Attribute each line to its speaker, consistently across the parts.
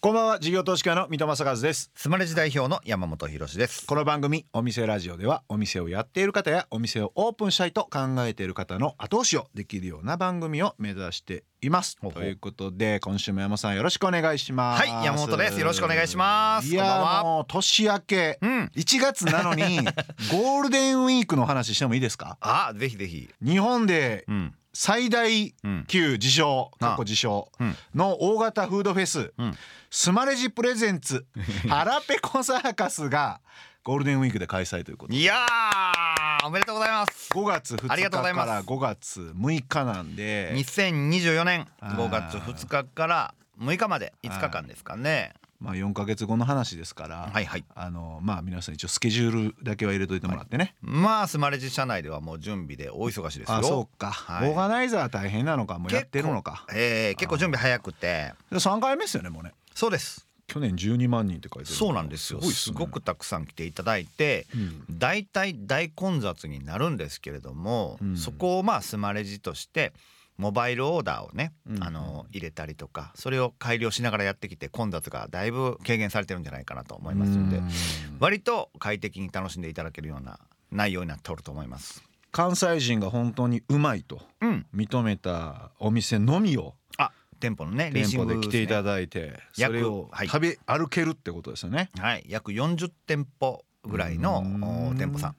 Speaker 1: こんばんは事業投資家の三戸正和です
Speaker 2: スマレジ代表の山本博史です。
Speaker 1: この番組お店ラジオではお店をやっている方やお店をオープンしたいと考えている方の後押しをできるような番組を目指しています
Speaker 2: ほうほう
Speaker 1: ということで今週も山本さんよろしくお願いします
Speaker 2: はい、山本です。よろしくお願いします。
Speaker 1: いや
Speaker 2: こんばんは。
Speaker 1: もう年明け
Speaker 2: うん。
Speaker 1: 1月なの にゴールデンウィークの話してもいいですか
Speaker 2: あ、ぜひぜひ。
Speaker 1: 日本で
Speaker 2: うん。
Speaker 1: 最大
Speaker 2: うん。
Speaker 1: 級自称
Speaker 2: あ
Speaker 1: 過去自称
Speaker 2: うん
Speaker 1: の大型フードフェス、
Speaker 2: うん
Speaker 1: スマレジプレゼン ツ腹ペコサーカスがゴールデンウィークで開催ということで
Speaker 2: いやー、おめでとうございます。
Speaker 1: 5月2
Speaker 2: あり
Speaker 1: 日
Speaker 2: がとうござい
Speaker 1: か
Speaker 2: ま
Speaker 1: ら
Speaker 2: す
Speaker 1: 5月6日なんで、
Speaker 2: 2024年
Speaker 1: あー
Speaker 2: 5月2日から6日まで5日間ですかね。
Speaker 1: まあ、4か月後の話ですから、
Speaker 2: はいはい。
Speaker 1: あのまあ、皆さん一応スケジュールだけは入れといてもらってね、
Speaker 2: まあスマレジ社内ではもう準備で大忙しですよ。
Speaker 1: あそうか、
Speaker 2: はい
Speaker 1: オーガナイザー大変なのかもうやってるのか
Speaker 2: えー結構準備早くて。
Speaker 1: で3回目ですよねもうね
Speaker 2: そうです。
Speaker 1: 去年12万人って書いてる
Speaker 2: そうなんですよ。
Speaker 1: ごいっ
Speaker 2: す
Speaker 1: ね
Speaker 2: ごくたくさん来ていただいて。
Speaker 1: うん
Speaker 2: 大体大混雑になるんですけれども、
Speaker 1: うん
Speaker 2: そこをまあスマレジとしてモバイルオーダーをね、
Speaker 1: うん
Speaker 2: あの入れたりとかそれを改良しながらやってきて混雑がだいぶ軽減されてるんじゃないかなと思いますので
Speaker 1: うん
Speaker 2: 割と快適に楽しんでいただけるような内容になっておると思います。
Speaker 1: 関西人が本当にうまいと
Speaker 2: うん、
Speaker 1: 認めたお店のみを
Speaker 2: あ店舗のね
Speaker 1: 店舗で来ていた
Speaker 2: だ
Speaker 1: だいて
Speaker 2: ね
Speaker 1: それを
Speaker 2: 約はい
Speaker 1: 食べ歩けるってことですよね。
Speaker 2: はい、約40店舗ぐらいうの
Speaker 1: ん
Speaker 2: お店舗さん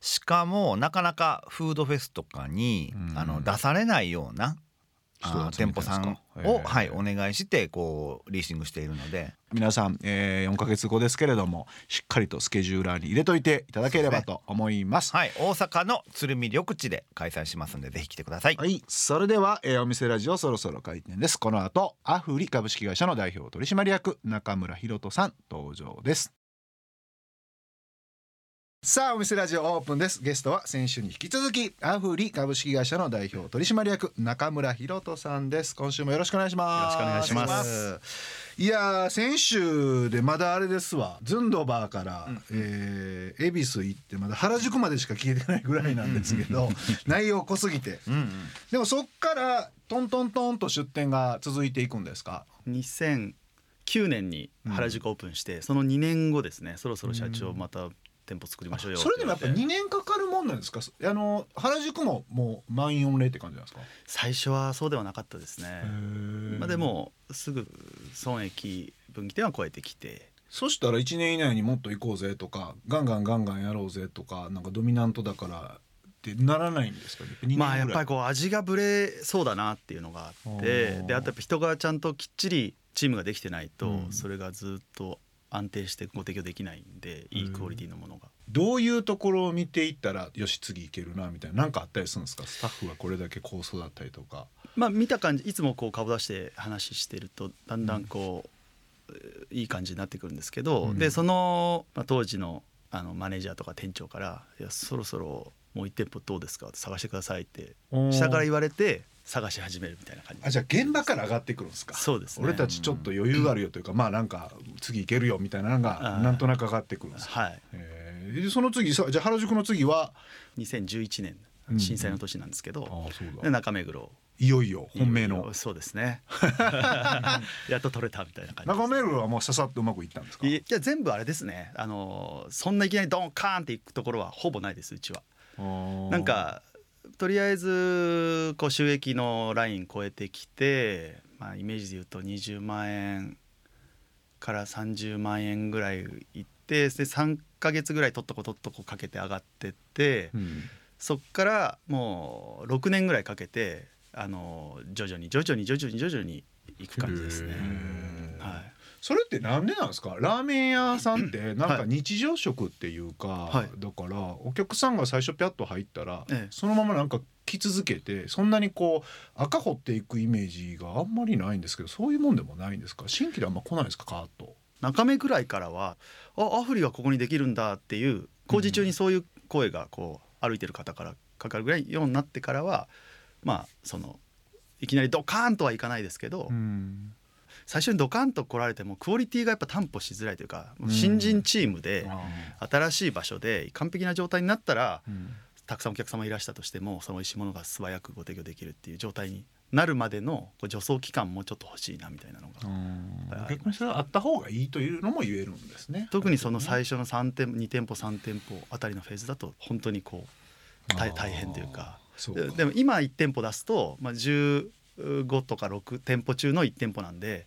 Speaker 2: しかもなかなかフードフェスとかに
Speaker 1: うん
Speaker 2: あの出されないような
Speaker 1: 人を集めてるんですか
Speaker 2: あー店舗さん
Speaker 1: へ
Speaker 2: を、
Speaker 1: ー
Speaker 2: はい、お願いしてこうリーシングしているので
Speaker 1: 皆さん、えー、4ヶ月後ですけれどもしっかりとスケジューラーに入れといていただければと思います。
Speaker 2: はい、大阪の鶴見緑地で開催しますんでぜひ来てください。
Speaker 1: はい、それでは、えーお店ラジオそろそろ開店です。この後、アフリ株式会社の代表取締役中村ひろとさん登場です。さあお店ラジオオープンですゲストは先週に引き続きアフリ株式会社の代表取締役中村ひろとさんです今週もよろしくお願いします
Speaker 3: よろしくお願いします
Speaker 1: いやー先週でまだあれですわズンドバーから、
Speaker 2: うん
Speaker 1: えー恵比寿行ってまだ原宿までしか聞いてないぐらいなんですけ ど内容濃すぎて
Speaker 2: うんうん、
Speaker 1: でもそっからトントントンと出店が続いていくんですか。
Speaker 3: 2009年に原宿オープンして、その2年後ですねそろそろ社長また店舗作りましょうよ
Speaker 1: それでもやっぱ
Speaker 3: て言わ
Speaker 1: 2
Speaker 3: れて
Speaker 1: 年かかるもんなんですか。あの原宿ももう満員御礼って感じなんですか。
Speaker 3: 最初はそうではなかったですね、まあ、でもすぐ損益分岐点は超えてきて
Speaker 1: そしたら1年以内にもっと行こうぜとかガンガンガンガンやろうぜとかなんかドミナントだからってならないんですか。2年ぐらい
Speaker 3: まあやっぱりこう味がぶれそうだなっていうのがあって
Speaker 1: おー
Speaker 3: であとやっぱ人がちゃんときっちりチームができてないと、
Speaker 1: うん
Speaker 3: それがずっと安定してご提供できないんでいいクオリティのものが。
Speaker 1: どういうところを見ていったらよし次行けるなみたいななんかあったりするんですか。スタッフがこれだけ構想だったりとか。
Speaker 3: まあ見た感じいつもこう顔出して話してるとだんだんこう、えーいい感じになってくるんですけど、
Speaker 1: うん
Speaker 3: でその、まあ、当時のあのマネージャーとか店長から「いやそろそろもう1店舗どうですか?」って探してくださいって下から言われて探し始めるみたいな感じ
Speaker 1: あじゃあ現場から上がってくるんですか。
Speaker 3: そうですね
Speaker 1: 俺たちちょっと余裕があるよというか、まあなんか次行けるよみたいなのが
Speaker 3: うん
Speaker 1: なんとなく上がってくるんですか。
Speaker 3: はい
Speaker 1: えーでその次さじゃあ原宿の次は
Speaker 3: 2011
Speaker 1: うん
Speaker 3: 年震災の年なんですけど、
Speaker 1: あそう
Speaker 3: で中目黒
Speaker 1: いよいよ本命
Speaker 3: いよい
Speaker 1: の
Speaker 3: よそうです ねやっと取れたみたいな感じで
Speaker 1: 中
Speaker 3: す
Speaker 1: 目黒はもうささっとうまくいったんですか。
Speaker 3: いや全部あれですねあのそんないきなりドンカーンっていくところはほぼないですうちはな
Speaker 1: なん
Speaker 3: かとりあえずこう収益のライン超えてきて、まあ、イメージで言うと20万円から30万円ぐらいいってで3ヶ月ぐらいとっとことっとこかけて上がってって
Speaker 1: うん
Speaker 3: そっからもう6年ぐらいかけてあの徐々に徐々に徐々に徐々にいく感じですね
Speaker 1: へ。ー
Speaker 3: はい
Speaker 1: それってなんでなんですかラーメン屋さんってなんか
Speaker 3: はい
Speaker 1: 日常食っていうか、
Speaker 3: はい
Speaker 1: だからお客さんが最初ピャッと入ったら、
Speaker 3: ええ
Speaker 1: そのままなんか来続けてそんなにこう赤掘っていくイメージがあんまりないんですけどそういうもんでもないんですか新規であんま来ないですかカーッと。
Speaker 3: 中目ぐらいからはあアフリがここにできるんだっていう工事中にそういう声がこう歩いてる方からかかるぐらいようになってからはまあそのいきなりドカーンとはいかないですけど、
Speaker 1: うん
Speaker 3: 最初にドカーンと来られてもクオリティがやっぱ担保しづらいというか、
Speaker 1: うん
Speaker 3: 新人チームで
Speaker 1: あ
Speaker 3: 新しい場所で完璧な状態になったら
Speaker 1: ーうん
Speaker 3: たくさんお客様いらしたとしてもその美味しいものが素早くご提供できるっていう状態になるまでのこう助走期間もちょっと欲しいなみたいなのがやっぱりあり
Speaker 1: 逆にそれはあった方がいいというのも言えるんですね。
Speaker 3: 特にその最初の3店2店舗3店舗あたりのフェーズだと本当にこう大大変というか
Speaker 1: そう
Speaker 3: で
Speaker 1: か
Speaker 3: でも今1店舗出すと、まあ、15とか6店舗中の1店舗なんで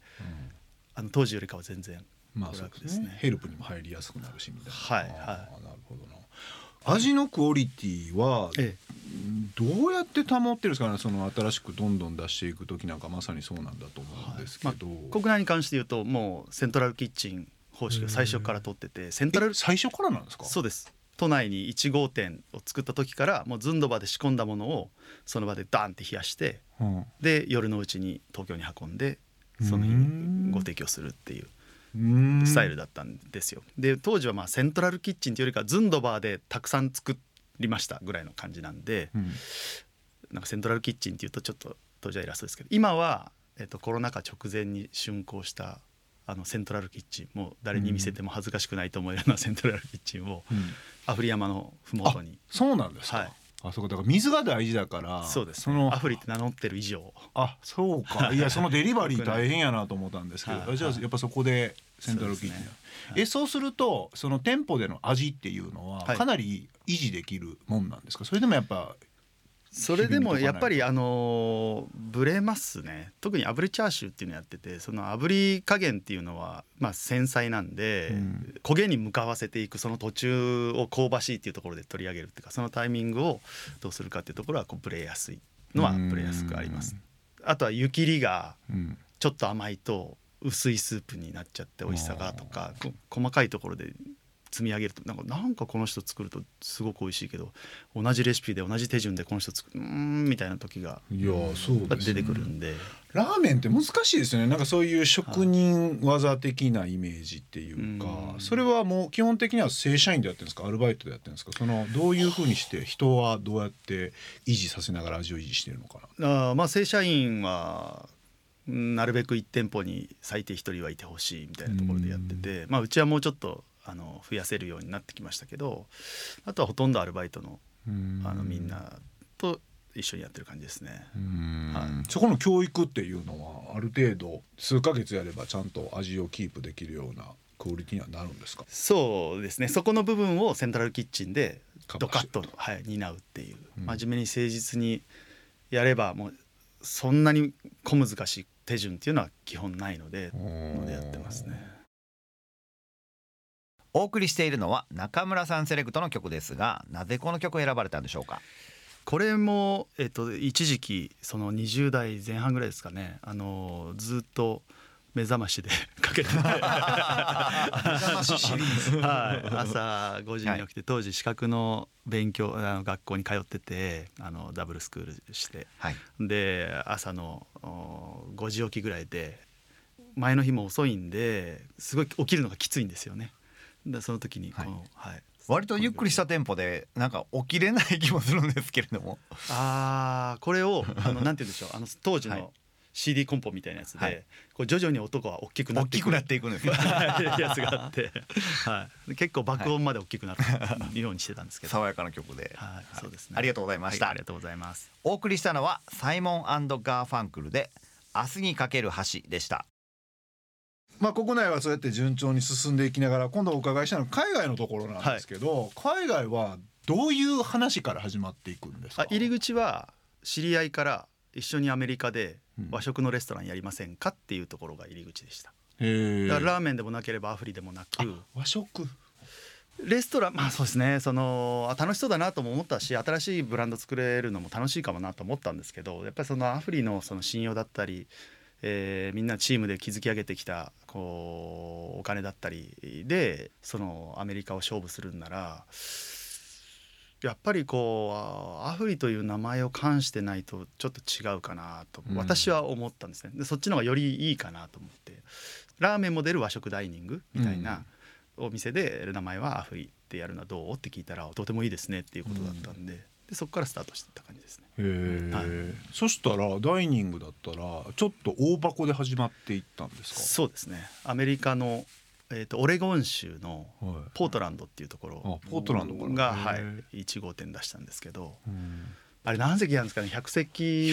Speaker 3: あの当時よりかは全然
Speaker 1: まあそう
Speaker 3: 娯楽
Speaker 1: で
Speaker 3: ですす
Speaker 1: ね
Speaker 3: ね
Speaker 1: ヘルプにも入りやすくなるしみたいな。
Speaker 3: はいはい
Speaker 1: あーなるほどな。味のクオリティは
Speaker 3: ええ
Speaker 1: どうやって保ってるんですかね。その新しくどんどん出していく時なんかまさにそうなんだと思うんですけど。
Speaker 3: 国内に関して言うともうセントラルキッチン方式を最初から取っててセントラ
Speaker 1: え
Speaker 3: ル
Speaker 1: 最初からなんですか。
Speaker 3: そうです都内に1号店を作った時からもうずんどばで仕込んだものをその場でダンって冷やして
Speaker 1: うん
Speaker 3: で夜のうちに東京に運んでその日
Speaker 1: うん
Speaker 3: にご提供するっていう
Speaker 1: うーん
Speaker 3: スタイルだったんですよ。で当時はまあセントラルキッチンというよりかズンドバーでたくさん作りましたぐらいの感じなんで
Speaker 1: うん
Speaker 3: なんかセントラルキッチンっていうとちょっと当時は偉そうですけど今は、えっとコロナ禍直前に竣工したあのセントラルキッチンもう誰に見せても恥ずかしくないと思えるようなセントラルキッチンを
Speaker 1: うん
Speaker 3: アフリ山の麓に
Speaker 1: そうなんですか。
Speaker 3: はい
Speaker 1: あそこだから水が大事だから。
Speaker 3: そうです
Speaker 1: そ
Speaker 3: ね、
Speaker 1: の
Speaker 3: アフリって名乗ってる以上
Speaker 1: あそう かいやそのデリバリー
Speaker 3: 僕ね
Speaker 1: 大変やなと思ったんですけど、
Speaker 3: はい
Speaker 1: じゃあやっぱそこでセントラルキッチン、
Speaker 3: そうですね
Speaker 1: えそうするとその店舗での味っていうのは
Speaker 3: はい
Speaker 1: かなり維持できるもんなんですかそれでもやっぱ
Speaker 3: それでもやっぱ
Speaker 1: 日
Speaker 3: りあのーブレますね特に炙りチャーシューっていうのやっててその炙り加減っていうのはまあ繊細なんで、
Speaker 1: うん
Speaker 3: 焦げに向かわせていくその途中を香ばしいっていうところで取り上げるっていうかそのタイミングをどうするかっていうところはこうブレやすいのはブレやすくあります。あとは湯切りが
Speaker 1: うん
Speaker 3: ちょっと甘いと薄いスープになっちゃって美味しさがとかこ細かいところで積み上げるとなんかなんかこの人作るとすごく美味しいけど同じレシピで同じ手順でこの人作るうーんみたいな時が
Speaker 1: いやそうです、ね、
Speaker 3: 出てくるんで、
Speaker 1: ラーメンって難しいですよねなんかそういう職人技的なイメージっていうか、
Speaker 3: うん
Speaker 1: それはもう基本的には正社員でやってるんですかアルバイトでやってるんですかそのどういうふうにして人はどうやって維持させながら味を維持してるのかな
Speaker 3: あーまあ正社員はうんなるべく1店舗に最低1人はいてほしいみたいなところでやってて、まあ、うちはもうちょっとあの増やせるようになってきましたけどあとはほとんどアルバイトのあのみんなと一緒にやってる感じですね。
Speaker 1: うん
Speaker 3: はい
Speaker 1: そこの教育っていうのはある程度数ヶ月やればちゃんと味をキープできるようなクオリティにはなるんですか
Speaker 3: そうですねそこの部分をセントラルキッチンで
Speaker 1: カバ
Speaker 3: ド
Speaker 1: ー
Speaker 3: カ
Speaker 1: して
Speaker 3: ッと、はい、担うっていう、
Speaker 1: うん
Speaker 3: 真面目に誠実にやればもうそんなに小難しい手順っていうのは基本ないのでのでやってますね。
Speaker 2: お送りしているのは中村さんセレクトの曲ですがなぜこの曲を選ばれたんでしょ うか
Speaker 3: これも、えっと、一時期その20代前半ぐらいですかねあのずっと目覚ましで かけて てはい、朝5時に起きて当時資格の勉強あの学校に通っててあのダブルスクールして
Speaker 2: はい
Speaker 3: で朝のお5時起きぐらいで前の日も遅いんですごい起きるのがきついんですよね。でその時にこの、はい
Speaker 2: 割とゆっくりしたテンポでなんか起きれない気もするんですけれ ども
Speaker 3: あーこれをあのなんて言うんでしょうあの当時
Speaker 2: はい
Speaker 3: の CD コンポみたいなやつで、
Speaker 2: はい
Speaker 3: こう徐々に音が大きくな
Speaker 2: 大
Speaker 3: って
Speaker 2: き
Speaker 3: いく
Speaker 2: くなっていくんですよ
Speaker 3: やつがあって、はい、結構爆音まで大きくなるようにしてたんですけど、は
Speaker 2: 爽
Speaker 3: い
Speaker 2: やかな曲で、
Speaker 3: そうですね
Speaker 2: ありがとうございました、
Speaker 3: はいありがとうございます
Speaker 2: お送りしたのはサイモンガーファンクルで明日にかける橋でした
Speaker 1: まあ、国内はそうやって順調に進んでいきながら今度お伺いしたのは海外のところなんですけど、海外はどういう話から始まっていくんですか
Speaker 3: あ入り口は知り合いから一緒にアメリカで
Speaker 1: うん
Speaker 3: 和食のレストランやりませんかっていうところが入り口でした、
Speaker 1: へえ
Speaker 3: だからラーメンでもなければアフリでもなく
Speaker 1: 和食
Speaker 3: レストランまあそうですねそのあ楽しそうだなとも思ったし新しいブランド作れるのも楽しいかもなと思ったんですけどやっぱりそのアフリのその信用だったり、えーみんなチームで築き上げてきたこうお金だったりでそのアメリカを勝負するんならやっぱりこうあアフリという名前を冠してないとちょっと違うかなと
Speaker 1: うん
Speaker 3: 私は思ったんですね、でそっちの方がよりいいかなと思ってラーメンも出る和食ダイニングみたいな、
Speaker 1: うん
Speaker 3: お店で名前はアフリってやるのはどうって聞いたらとてもいいですねっていうことだったんで,、でそこからスタートしてった感じですね
Speaker 1: へえ、
Speaker 3: はい
Speaker 1: そしたらダイニングだったらちょっと大箱で始まっていったんです
Speaker 3: そうですねアメリカの、えー、とオレゴン州の
Speaker 1: か、はい
Speaker 3: ポートランドっていうところ
Speaker 1: あポートランドから
Speaker 3: が、
Speaker 1: へ
Speaker 3: は
Speaker 1: ー
Speaker 3: い、1号店出したんですけど、あれ何席なんですかね100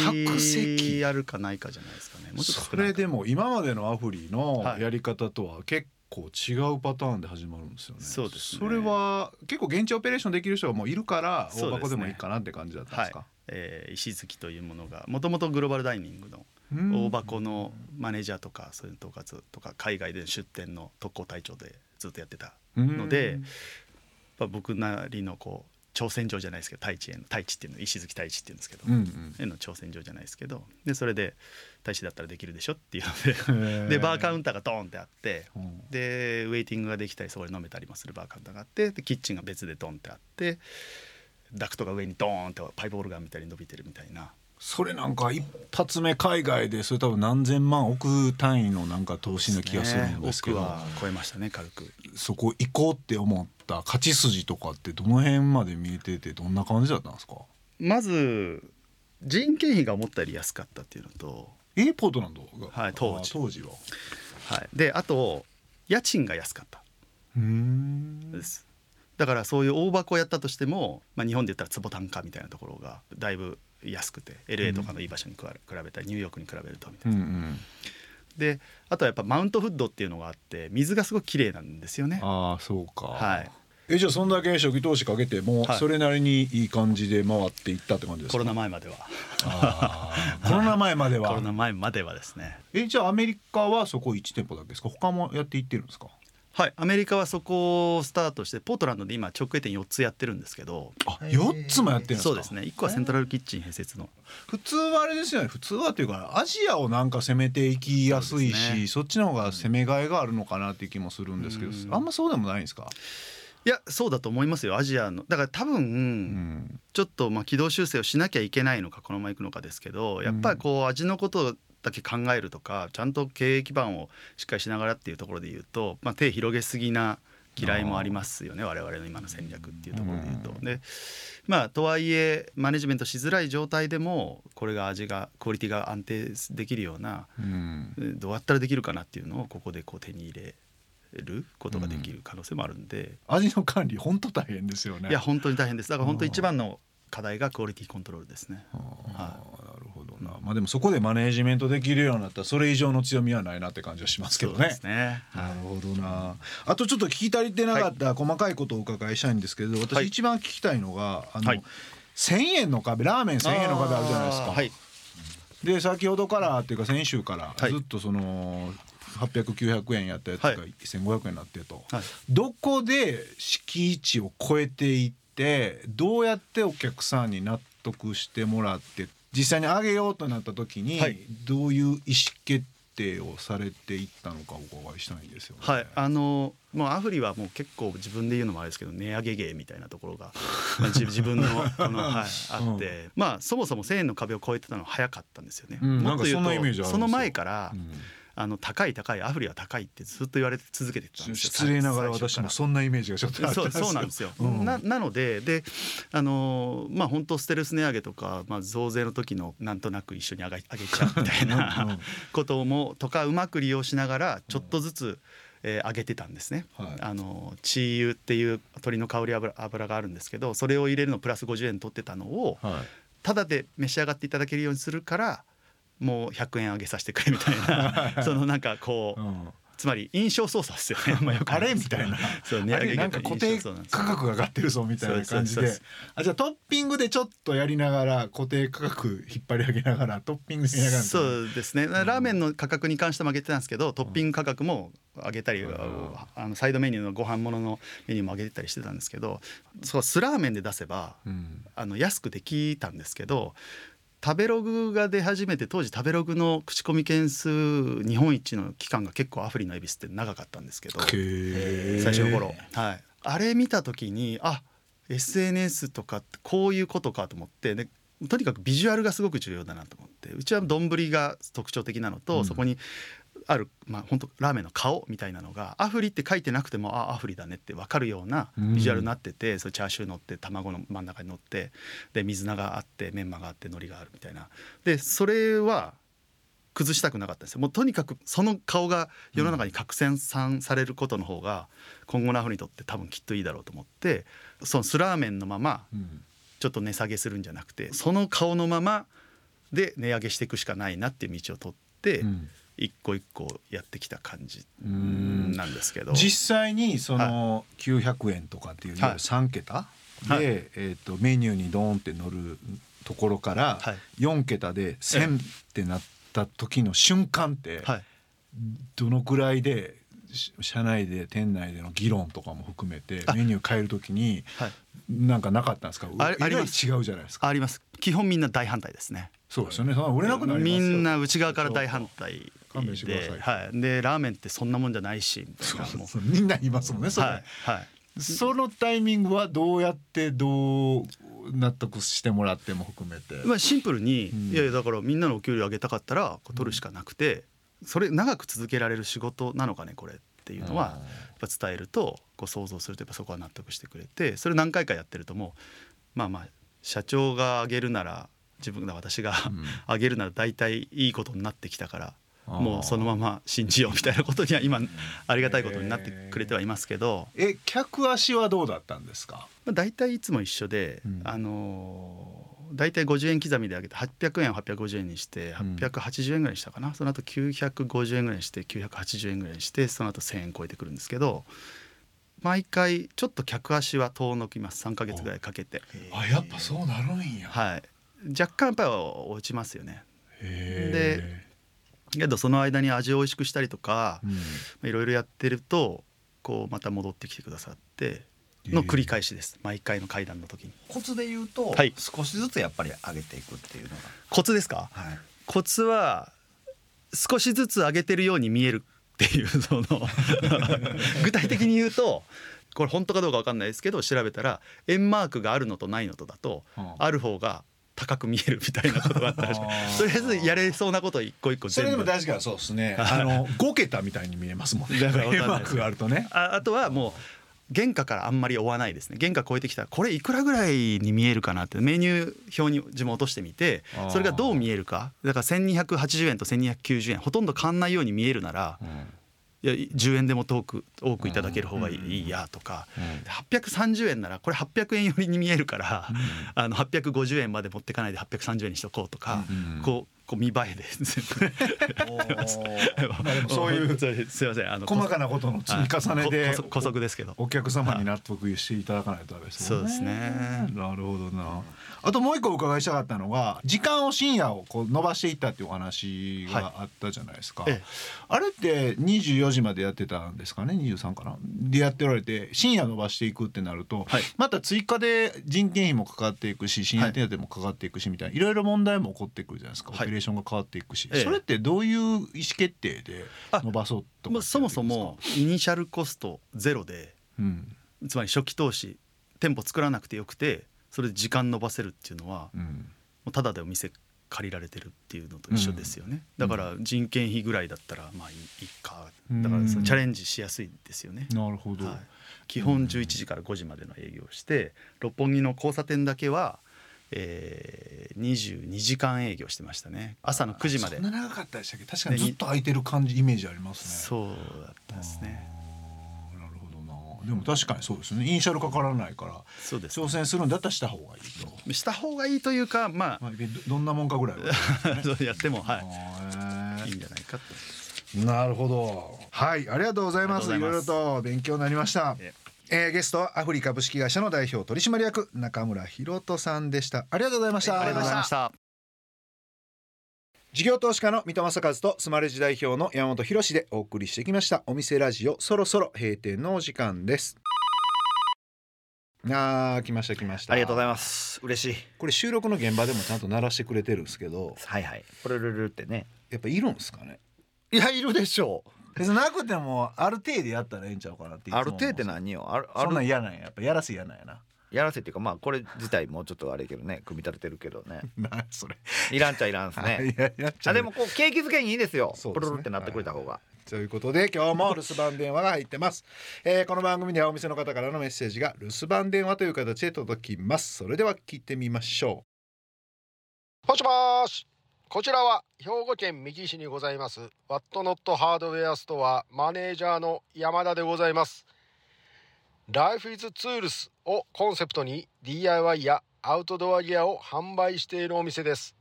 Speaker 4: 100席
Speaker 3: 席あるかないかじゃないですかねもうちょっと
Speaker 1: そ
Speaker 3: 少な
Speaker 1: れ
Speaker 3: いか
Speaker 1: でも今までのアフリの
Speaker 3: はい
Speaker 1: やり方とは結構違うパターンで始まるんですよね。
Speaker 3: そうですね
Speaker 1: それは結構現地オペレーションできる人がもういるから
Speaker 3: そう
Speaker 1: 大
Speaker 3: ですね
Speaker 1: 箱でもいいかなって感じだったんですか。
Speaker 3: えー石月というものがもともとグローバルダイニングの
Speaker 1: うん
Speaker 3: 大箱のマネージャーとかそういう統括とか海外で出店の特攻隊長でずっとやってたので、まあ、僕なりのこう挑戦状じゃないですけど太一への太一っていうの石月太一っていうんですけど、
Speaker 1: うんうん
Speaker 3: への挑戦状じゃないですけどでそれで大使だったらできるでしょっていうの
Speaker 1: へ
Speaker 3: で
Speaker 1: ー
Speaker 3: でバーカウンターがドーンってあって
Speaker 1: うん
Speaker 3: でウェイティングができたりそこで飲めたりもするバーカウンターがあってでキッチンが別でドンってあってダクトが上にドーンってパイプオルガンみたいに伸びてるみたいな
Speaker 1: それなんか一発目海外でそれ多分何千万億単位のなんか投資な気がするんですけど、
Speaker 3: ね奥は超えましたね軽く
Speaker 1: そこ行こうって思った勝ち筋とかってどの辺まで見えててどんな感じだったんですか
Speaker 3: まず人件費が思ったより安かったっていうのと、
Speaker 1: えポートランドが、
Speaker 3: はい当時
Speaker 1: あ当時は
Speaker 3: はい、であと家賃が安かった
Speaker 1: うん
Speaker 3: です、だからそういう大箱をやったとしても、まあ、日本で言ったら坪単価みたいなところがだいぶ安くて LA とかのいい場所に比べ比べたりニューヨークに比べるとみた
Speaker 1: う
Speaker 3: い
Speaker 1: んう
Speaker 3: な、
Speaker 1: ん
Speaker 3: であとはやっぱマウントフッドっていうのがあって水がすごく綺麗なんですよね
Speaker 1: ああそうか
Speaker 3: はい
Speaker 1: えじゃあそんだけ初期投資かけても
Speaker 3: はい
Speaker 1: それなりにいい感じで回っていったって感じですか、
Speaker 3: コロナ前までは
Speaker 1: あーコロナ前まで
Speaker 3: コロ
Speaker 1: は
Speaker 3: ナ前まではですね
Speaker 1: えじゃあアメリカはそこ1店舗だけですか他もやっていってるんですか
Speaker 3: はいアメリカはそこをスタートしてポートランドで今直営店4つやってるんですけど
Speaker 1: あ4つもやってるんですか
Speaker 3: そうですね1個はセントラルキッチン併設の
Speaker 1: 普通はあれですよね普通はっていうかアジアをなんか攻めていきやすい
Speaker 3: そう
Speaker 1: し
Speaker 3: で
Speaker 1: そ,、
Speaker 3: すね
Speaker 1: っちの方が攻めがいがあるのかなっていう気もするんですけど、
Speaker 3: うん
Speaker 1: あんまそうでもないんですか、
Speaker 3: いやそうだと思いますよアジアのだから多分、
Speaker 1: うん
Speaker 3: ちょっとまあ軌道修正をしなきゃいけないのかこのままいくのかですけどやっぱりこう味のことだけ考えるとかちゃんと経営基盤をしっかりしながらっていうところで言うと、まあ、手広げすぎな嫌いもありますよね我々の今の戦略っていうところで言うと。でまあとはいえマネジメントしづらい状態でもこれが味がクオリティが安定できるような
Speaker 1: うん
Speaker 3: うんどうやったらできるかなっていうのをここでこう手に入れることができる可能性もあるんで、
Speaker 1: 味の管理本当大変ですよね
Speaker 3: いや本当に大変ですだから本当一番の課題がクオリティコントロールですね。
Speaker 1: あー
Speaker 3: は
Speaker 1: なるほどなまあでもそこでマネージメントできるようになったらそれ以上の強みはないなって感じはしますけど
Speaker 3: そう
Speaker 1: ね
Speaker 3: ですね。
Speaker 1: なるほどなあとちょっと聞き足りてなかった細かいことをお伺いしたいんですけど
Speaker 3: は
Speaker 1: 私
Speaker 3: い
Speaker 1: 一番聞きたいのがあの、
Speaker 3: はい
Speaker 1: 1,000円の壁ラーメン1,000円の壁あるじゃないですか。
Speaker 3: はい。
Speaker 1: で先ほどからっていうか先週から
Speaker 3: はい
Speaker 1: ずっとその800900円やったやつが
Speaker 3: はい
Speaker 1: 1500円になってと、
Speaker 3: はい
Speaker 1: どこで敷地を超えていってどうやってお客さんに納得してもらって実際に上げようとなった時に
Speaker 3: はい
Speaker 1: どういう意思決定をされていったのかお伺いしたいんですよね。
Speaker 3: はい、あのもうアフリはもう結構自分で言うのもあれですけど値上げ芸みたいなと ころが、まあ、自自分のこの、はい、あって、まあそもそも1,000円の壁を超えてたのは早かったんですよね。
Speaker 1: うん
Speaker 3: もっと言うと
Speaker 1: なんかそんなイメージあるんですよ
Speaker 3: その前から、
Speaker 1: うん
Speaker 3: あの高い高いアフリは高いってずっと言われて続けてたんですよ。
Speaker 1: 失礼ながら
Speaker 3: 最初
Speaker 1: 私
Speaker 3: か
Speaker 1: もそんなイメージがちょっとあったん
Speaker 3: そう
Speaker 1: ですよ
Speaker 3: そうなんですよ。
Speaker 1: うん
Speaker 3: ななのでであのーまあ本当ステルス値上げとか、まあ、増税の時のなんとなく一緒に上げ上げちゃうみたい
Speaker 1: うんうん
Speaker 3: な こともとかうまく利用しながらちょっとずつ、えー上げてたんですね。
Speaker 1: はい
Speaker 3: あのーチー油っていう鶏の香り油油があるんですけどそれを入れるのプラス50円取ってたのを
Speaker 1: はい
Speaker 3: ただで召し上がっていただけるようにするからもう100円上げさせてくれみたいな そのなんかこう、
Speaker 1: うん
Speaker 3: つまり印象操作ですよ ね。まあよく
Speaker 1: あ
Speaker 3: る
Speaker 1: れ
Speaker 3: ん
Speaker 1: み
Speaker 3: ですけ
Speaker 1: た
Speaker 3: ど
Speaker 1: いな。
Speaker 3: そう値
Speaker 1: あ
Speaker 3: 上
Speaker 1: れ
Speaker 3: げ
Speaker 1: な
Speaker 3: が
Speaker 1: んか固
Speaker 3: 印
Speaker 1: 定
Speaker 3: 象操作な んです
Speaker 1: 価
Speaker 3: よ
Speaker 1: 格が上がってるぞみたいな感じで
Speaker 3: そうですそうです
Speaker 1: あじゃあトッピングでちょっとやりながら固定価格引っ張り上げながらトッピングしながらみた
Speaker 3: そ
Speaker 1: いな
Speaker 3: うですねラーメンの価格に関しても上げてたんですけどトッピング価格も上げたり、あのサイドメニューのご飯もののメニューも上げてたりしてたんですけどそう酢ラーメンで出せば
Speaker 1: うん
Speaker 3: あの安くできたんですけど食べログが出始めて当時食べログの口コミ件数日本一の期間が結構アフリの恵比寿って長かったんですけど
Speaker 1: へー
Speaker 3: 最初の頃、はい、あれ見た時にあ SNS とかってこういうことかと思ってでとにかくビジュアルがすごく重要だなと思ってうちは丼が特徴的なのと、
Speaker 1: うん
Speaker 3: そこにある、まあ、本当ラーメンの顔みたいなのがアフリって書いてなくてもあアフリだねって分かるようなビジュアルになってて、それチャーシュー乗って卵の真ん中に乗ってで水菜があってメンマがあって海苔があるみたいな。でそれは崩したくなかったんですよもうとにかくその顔が世の中に拡散されることの方が今後のアフリにとって多分きっといいだろうと思ってそのスラーメンのまま
Speaker 1: うん
Speaker 3: ちちょっと値下げするんじゃなくてその顔のままで値上げしていくしかないなっていう道を取って、
Speaker 1: うん
Speaker 3: 一個一個やってきた感じ
Speaker 1: ん
Speaker 3: なんですけど
Speaker 1: 実際にその900円とかっていういわゆる3桁で、
Speaker 3: はい
Speaker 1: えー、とメニューにドーンって乗るところから
Speaker 3: はい
Speaker 1: 4桁で1,000ってなった時の瞬間って
Speaker 3: はい、
Speaker 1: どのくらいでし社内で店内での議論とかも含めてメニュー変える時に
Speaker 3: はい、
Speaker 1: なんかなかったんですか
Speaker 3: ああります
Speaker 1: えらい違うじゃないですか
Speaker 3: あります基本みんな大反対ですね
Speaker 1: そうですよねそんな売れなくなります
Speaker 3: み
Speaker 1: よ
Speaker 3: んな内側から大反対
Speaker 1: 勘弁してくだ
Speaker 3: で
Speaker 1: さい
Speaker 3: はい、でラーメンってそんなもんじゃないしみたい
Speaker 1: そ
Speaker 3: な
Speaker 1: うそう
Speaker 3: もう
Speaker 1: そうみんな言いますもんねそれ、
Speaker 3: はいはい
Speaker 1: そのタイミングはどうやってどう納得してもらっても含めて、
Speaker 3: まあ、シンプルに、
Speaker 1: うん
Speaker 3: いやいやだからみんなのお給料上げたかったらこう取るしかなくて、それ長く続けられる仕事なのかねこれっていうのはやっぱ伝えるとこう想像するとやっぱそこは納得してくれてそれ何回かやってるともうまあまあ社長が上げるなら自分が私が上げるなら大体いいことになってきたから。もうそのまま信じようみたいなことには今ありがたいことになってくれてはいますけど、
Speaker 1: え客足はどうだったんですか
Speaker 3: まあ、大体いつも一緒で、
Speaker 1: うん
Speaker 3: あのー大体50円刻みで上げて800円を850円にして
Speaker 1: うん
Speaker 3: 880円ぐらいにしたかな、その後950円ぐらいにして980円ぐらいにしてその後1000円超えてくるんですけど毎回ちょっと客足は遠のきます3ヶ月ぐらいかけて、
Speaker 1: あやっぱそうなるんや、
Speaker 3: はい、若干やっぱり落ちますよね
Speaker 1: へ
Speaker 3: けどその間に味を美味しくしたりとか
Speaker 1: ーうん
Speaker 3: いろいろやってるとこうまた戻ってきてくださっての繰り返しです毎回の会談の時に
Speaker 2: コツで言うと、
Speaker 3: はい
Speaker 2: 少しずつやっぱり上げていくっていうの
Speaker 3: コツですか
Speaker 2: が、はい、
Speaker 3: コツは少しずつ上げてるように見えるっていう その具体的に言うとこれ本当かどうか分かんないですけど調べたら円マークがあるのとないのとだと
Speaker 1: うん
Speaker 3: ある方が高く見えるみたいなことがあったらしいとりあえずやれそうなことを一個一個
Speaker 1: それで
Speaker 3: 全
Speaker 1: も
Speaker 3: 部
Speaker 1: 確かにそうですねあの5桁みたいに見えますもんね
Speaker 3: だからわかんない
Speaker 1: マークがあるとね
Speaker 3: ああとはもう原価からあんまり追わないですね原価超えてきたらこれいくらぐらいに見えるかなってメニュー表に自分落としてみて
Speaker 1: あー
Speaker 3: それがどう見えるかだから1280円と1290円ほとんど変わんないように見えるならいや10円でも遠く多くいただける方がいいいいやとか830円ならこれ800円寄りに見えるからあの850円まで持ってかないで830円にしとこうとか
Speaker 1: うん
Speaker 3: こうこう見栄えで全部やって ます。
Speaker 1: そういう
Speaker 3: それですいませんあの
Speaker 1: 細かなことの積み重ね
Speaker 3: はい
Speaker 1: で
Speaker 3: ここそ姑息ですけど
Speaker 1: お客様に納得していただかないとダメです
Speaker 3: そ
Speaker 1: も
Speaker 3: うんですね
Speaker 1: なるほどなあともう一個お伺いしたかったのが時間を深夜をこう伸ばしていったっていうお話
Speaker 3: はい
Speaker 1: があったじゃないですか、
Speaker 3: ええ
Speaker 1: あれって24時までやってたんですかね23かなでやっておられて深夜伸ばしていくってなると、
Speaker 3: はい
Speaker 1: また追加で人件費もかかっていくし深夜手当もかかっていくしみたいないろいろ問題も起こってくるじゃないですか、
Speaker 3: は
Speaker 1: オ
Speaker 3: い
Speaker 1: ペレーションが変わっていくし、
Speaker 3: ええ
Speaker 1: それってどういう意思決定で伸ばそうとかってやってるん
Speaker 3: ま
Speaker 1: で
Speaker 3: あ、
Speaker 1: すか
Speaker 3: そもそもイニシャルコストゼロで
Speaker 1: うん
Speaker 3: つまり初期投資店舗作らなくてよくてそれで時間伸ばせるっていうのは
Speaker 1: うん
Speaker 3: もうただでお店借りられてるっていうのと一緒ですよね、だから人件費ぐらいだったらまあいいいいかだからそのチャレンジしやすいですよね、
Speaker 1: なるほど、
Speaker 3: はい、基本11時から5時までの営業をして六本木の交差点だけは、えー、22時間営業してましたね朝の9時まで
Speaker 1: そんな長かったでしたっけ確かにずっと空いてる感じイメージありますね
Speaker 3: そうだったですね
Speaker 1: なるほどなでも確かにそうですねイニシャルかからないから
Speaker 3: そうです
Speaker 1: 挑戦するんだったらした方がいいと、
Speaker 3: した方がいいというかま
Speaker 1: まあ、どどんなもんかぐらいは
Speaker 3: あそうやってもはい
Speaker 1: あー
Speaker 3: い
Speaker 1: へ
Speaker 3: いんじゃないかと
Speaker 1: ーなるほど
Speaker 4: はい、ありがとうございます。
Speaker 3: あ
Speaker 4: い
Speaker 3: りが
Speaker 4: ろい
Speaker 3: とう
Speaker 4: ろ
Speaker 3: ござ
Speaker 4: と勉強になりました
Speaker 3: え。
Speaker 4: えー、ゲストはアフリ株式会社の代表取締役中村博人さんでした。ありがとうございました。
Speaker 3: ありがとうございました
Speaker 4: 事業投資家の三戸正和とスマレジ代表の山本博史でお送りしてきましたお店ラジオそろそろ閉店のお時間ですあー来ました来ました
Speaker 2: ありがとうござい
Speaker 4: ま
Speaker 2: ます嬉しい
Speaker 4: すこれ収録の現場でもちゃんと鳴らしてくれてるんですけど
Speaker 2: はいはいプルルルルってね
Speaker 4: やっぱいるんですかね
Speaker 2: いやいるでしょ
Speaker 1: 別になくてもある程度やったらええんちゃうかなっていつも
Speaker 2: あ
Speaker 1: 思
Speaker 2: る
Speaker 1: うん
Speaker 2: 程
Speaker 1: です
Speaker 2: 度
Speaker 1: よ
Speaker 2: 何よあるあ
Speaker 1: そんなん
Speaker 2: る
Speaker 1: 嫌なんややっぱやらせ嫌なんや な
Speaker 2: やらせっていうかまあこれ自体もうちょっとあれやけどね組み立ててるけどね
Speaker 1: なあ それ
Speaker 2: いらんちゃいらんっす
Speaker 1: い
Speaker 2: ね
Speaker 1: ややっちゃ
Speaker 2: あ
Speaker 1: う
Speaker 2: でもこう景気づけにいいですよ
Speaker 4: そうで
Speaker 2: プ
Speaker 4: すね
Speaker 2: ルルルってなってくれた方が
Speaker 4: ということで今日も留守番電話が入ってます、えーこの番組ではお店の方からのメッセージが留守番電話という形で届きますそれでは聞いてみましょ
Speaker 5: もしもーしこちらは兵庫県三木市にございますワットノットハードウェアストアマネージャーの山田でございます Life is Tools をコンセプトに DIY やアウトドアギアを販売しているお店です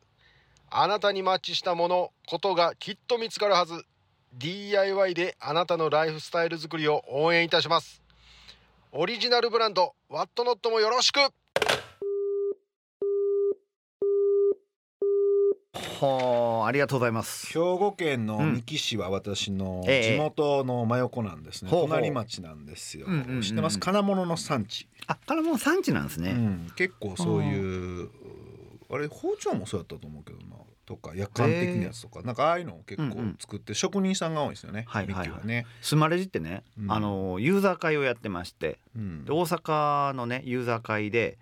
Speaker 5: あなたにマッチしたものことがきっと見つかるはず DIY であなたのライフスタイル作りを応援いたしますオリジナルブランドワットノットもよろしく
Speaker 2: はあありがとうございます
Speaker 1: 兵庫県の三木市は私の
Speaker 2: ええ
Speaker 1: 地元の真横なんですね、
Speaker 2: ほうほう
Speaker 1: 隣町なんですよ、
Speaker 2: うんうんうん
Speaker 1: 知ってます金物の産地、
Speaker 2: あからもう産地なんです
Speaker 1: う
Speaker 2: ね、
Speaker 1: ん、結構そういうあれ包丁もそうやったと思うけどなとか夜間的なやつとか、なんかああいうのを結構
Speaker 2: うんうん
Speaker 1: 作って、職人さんが多いんですよね、
Speaker 2: はいはいはい
Speaker 1: 三木はね、
Speaker 2: スマレジってね、
Speaker 1: うん
Speaker 2: あのユーザー会をやってまして
Speaker 1: うん
Speaker 2: で大阪のねユーザー会で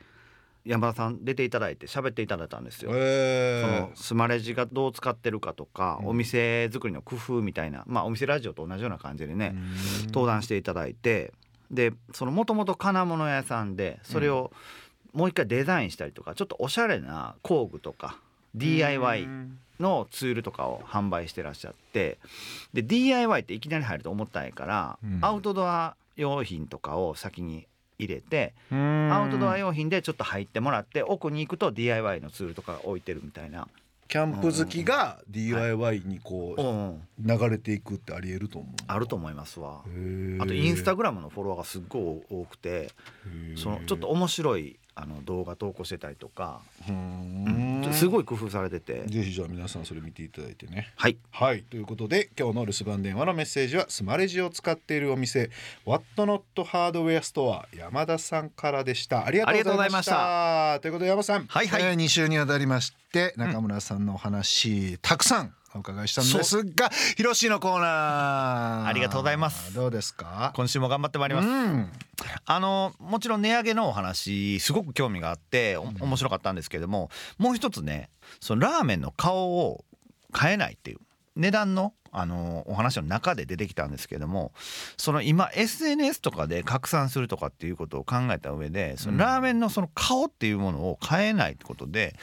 Speaker 2: 山田さん出ていただいて喋っていただいたんですよ。そ
Speaker 1: え
Speaker 2: のスマレジがどう使ってるかとか、
Speaker 1: うん
Speaker 2: お店作りの工夫みたいな、まあ、お店ラジオと同じような感じで
Speaker 1: え
Speaker 2: ね、登
Speaker 1: 壇
Speaker 2: 壇していただいてでそのもともと金物屋さんでそれをもう一回デザインしたりとかちょっとおしゃれな工具とか DIY のツールとかを販売してらっしゃってで DIY っていきなり入ると思ったんやから、
Speaker 1: うん
Speaker 2: アウトドア用品とかを先に入れてアウトドア用品でちょっと入ってもらって奥に行くと DIY のツールとかが置いてるみたいな、
Speaker 1: キャンプ好きが DIY にこ
Speaker 2: う、
Speaker 1: うん流れていくってありえると思う
Speaker 2: あると思いますわ。
Speaker 1: へえ
Speaker 2: あとインスタグラムのフォロワーがすっごい多くて
Speaker 1: へえ
Speaker 2: そのちょっと面白いあの動画投稿してたりとか、
Speaker 1: うーん
Speaker 2: すごい工夫されてて
Speaker 1: ぜひじゃあ皆さんそれ見ていただいてね
Speaker 2: はい
Speaker 1: はいということで今日の留守番電話のメッセージはスマレジを使っているお店ワットノットハードウェアストア山田さんからでしたありがとうございましたということで山田さん
Speaker 2: はいはい
Speaker 1: 2週にわたりまして中村さんのお話、たくさんお伺いしたんですがひろしのコーナー
Speaker 2: ありがとうございます
Speaker 1: どうですか
Speaker 2: 今週も頑張ってまいります、
Speaker 1: うん
Speaker 2: あのもちろん値上げのお話すごく興味があってお面白かったんですけどももう一つねそのラーメンの顔を変えないっていう値段のあのお話の中で出てきたんですけどもその今 SNS とかで拡散するとかっていうことを考えた上でそのラーメンのその顔っていうものを変えないってことで。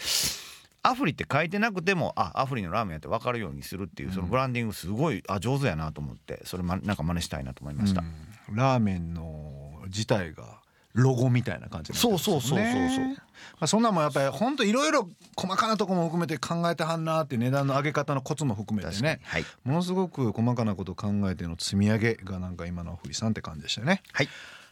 Speaker 2: アフリって書いてなくてもあアフリのラーメンやって分かるようにするっていうそのブランディングすごいあ上手やなと思ってそれ、ま、なんか真似したいなと思いました。
Speaker 1: うんラーメンの自体がロゴみたいな感じになってますよね
Speaker 2: そうそうそうそうそう
Speaker 1: まあそんなんもやっぱり本当いろいろ細かなとこも含めて考えてはんなっていう値段の上げ方のコツも含めて
Speaker 2: 確か
Speaker 1: ね
Speaker 2: にはい
Speaker 1: ものすごく細かなことを考えての積み上げがなんか今のフリさんって感じでしたよね
Speaker 2: はい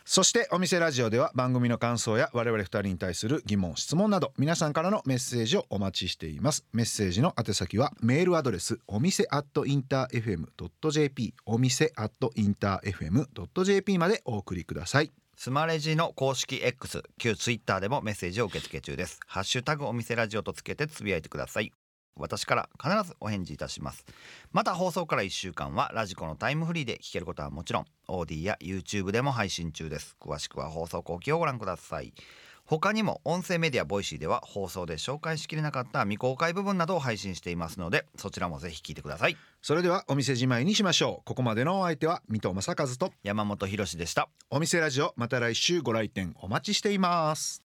Speaker 1: そしてお店ラジオでは番組の感想や我々二人に対する疑問質問など皆さんからのメッセージをお待ちしていますメッセージの宛先はメールアドレスお店アットインター FM.jp お店アットインター FM.jp までお送りください
Speaker 2: スマレジの公式 X 旧 Twitter でもメッセージを受け付け中ですハッシュタグお店ラジオとつけてつぶやいてください私から必ずお返事いたしますまた放送から1週間はラジコのタイムフリーで聞けることはもちろん OD や YouTube でも配信中です詳しくは放送後期をご覧ください他にも音声メディアボイシーでは放送で紹介しきれなかった未公開部分などを配信していますのでそちらもぜひ聞いてください
Speaker 1: それではお店じまいにしましょうここまでのお相手は水戸正和と
Speaker 2: 山本博史でした
Speaker 1: お店ラジオまた来週ご来店お待ちしています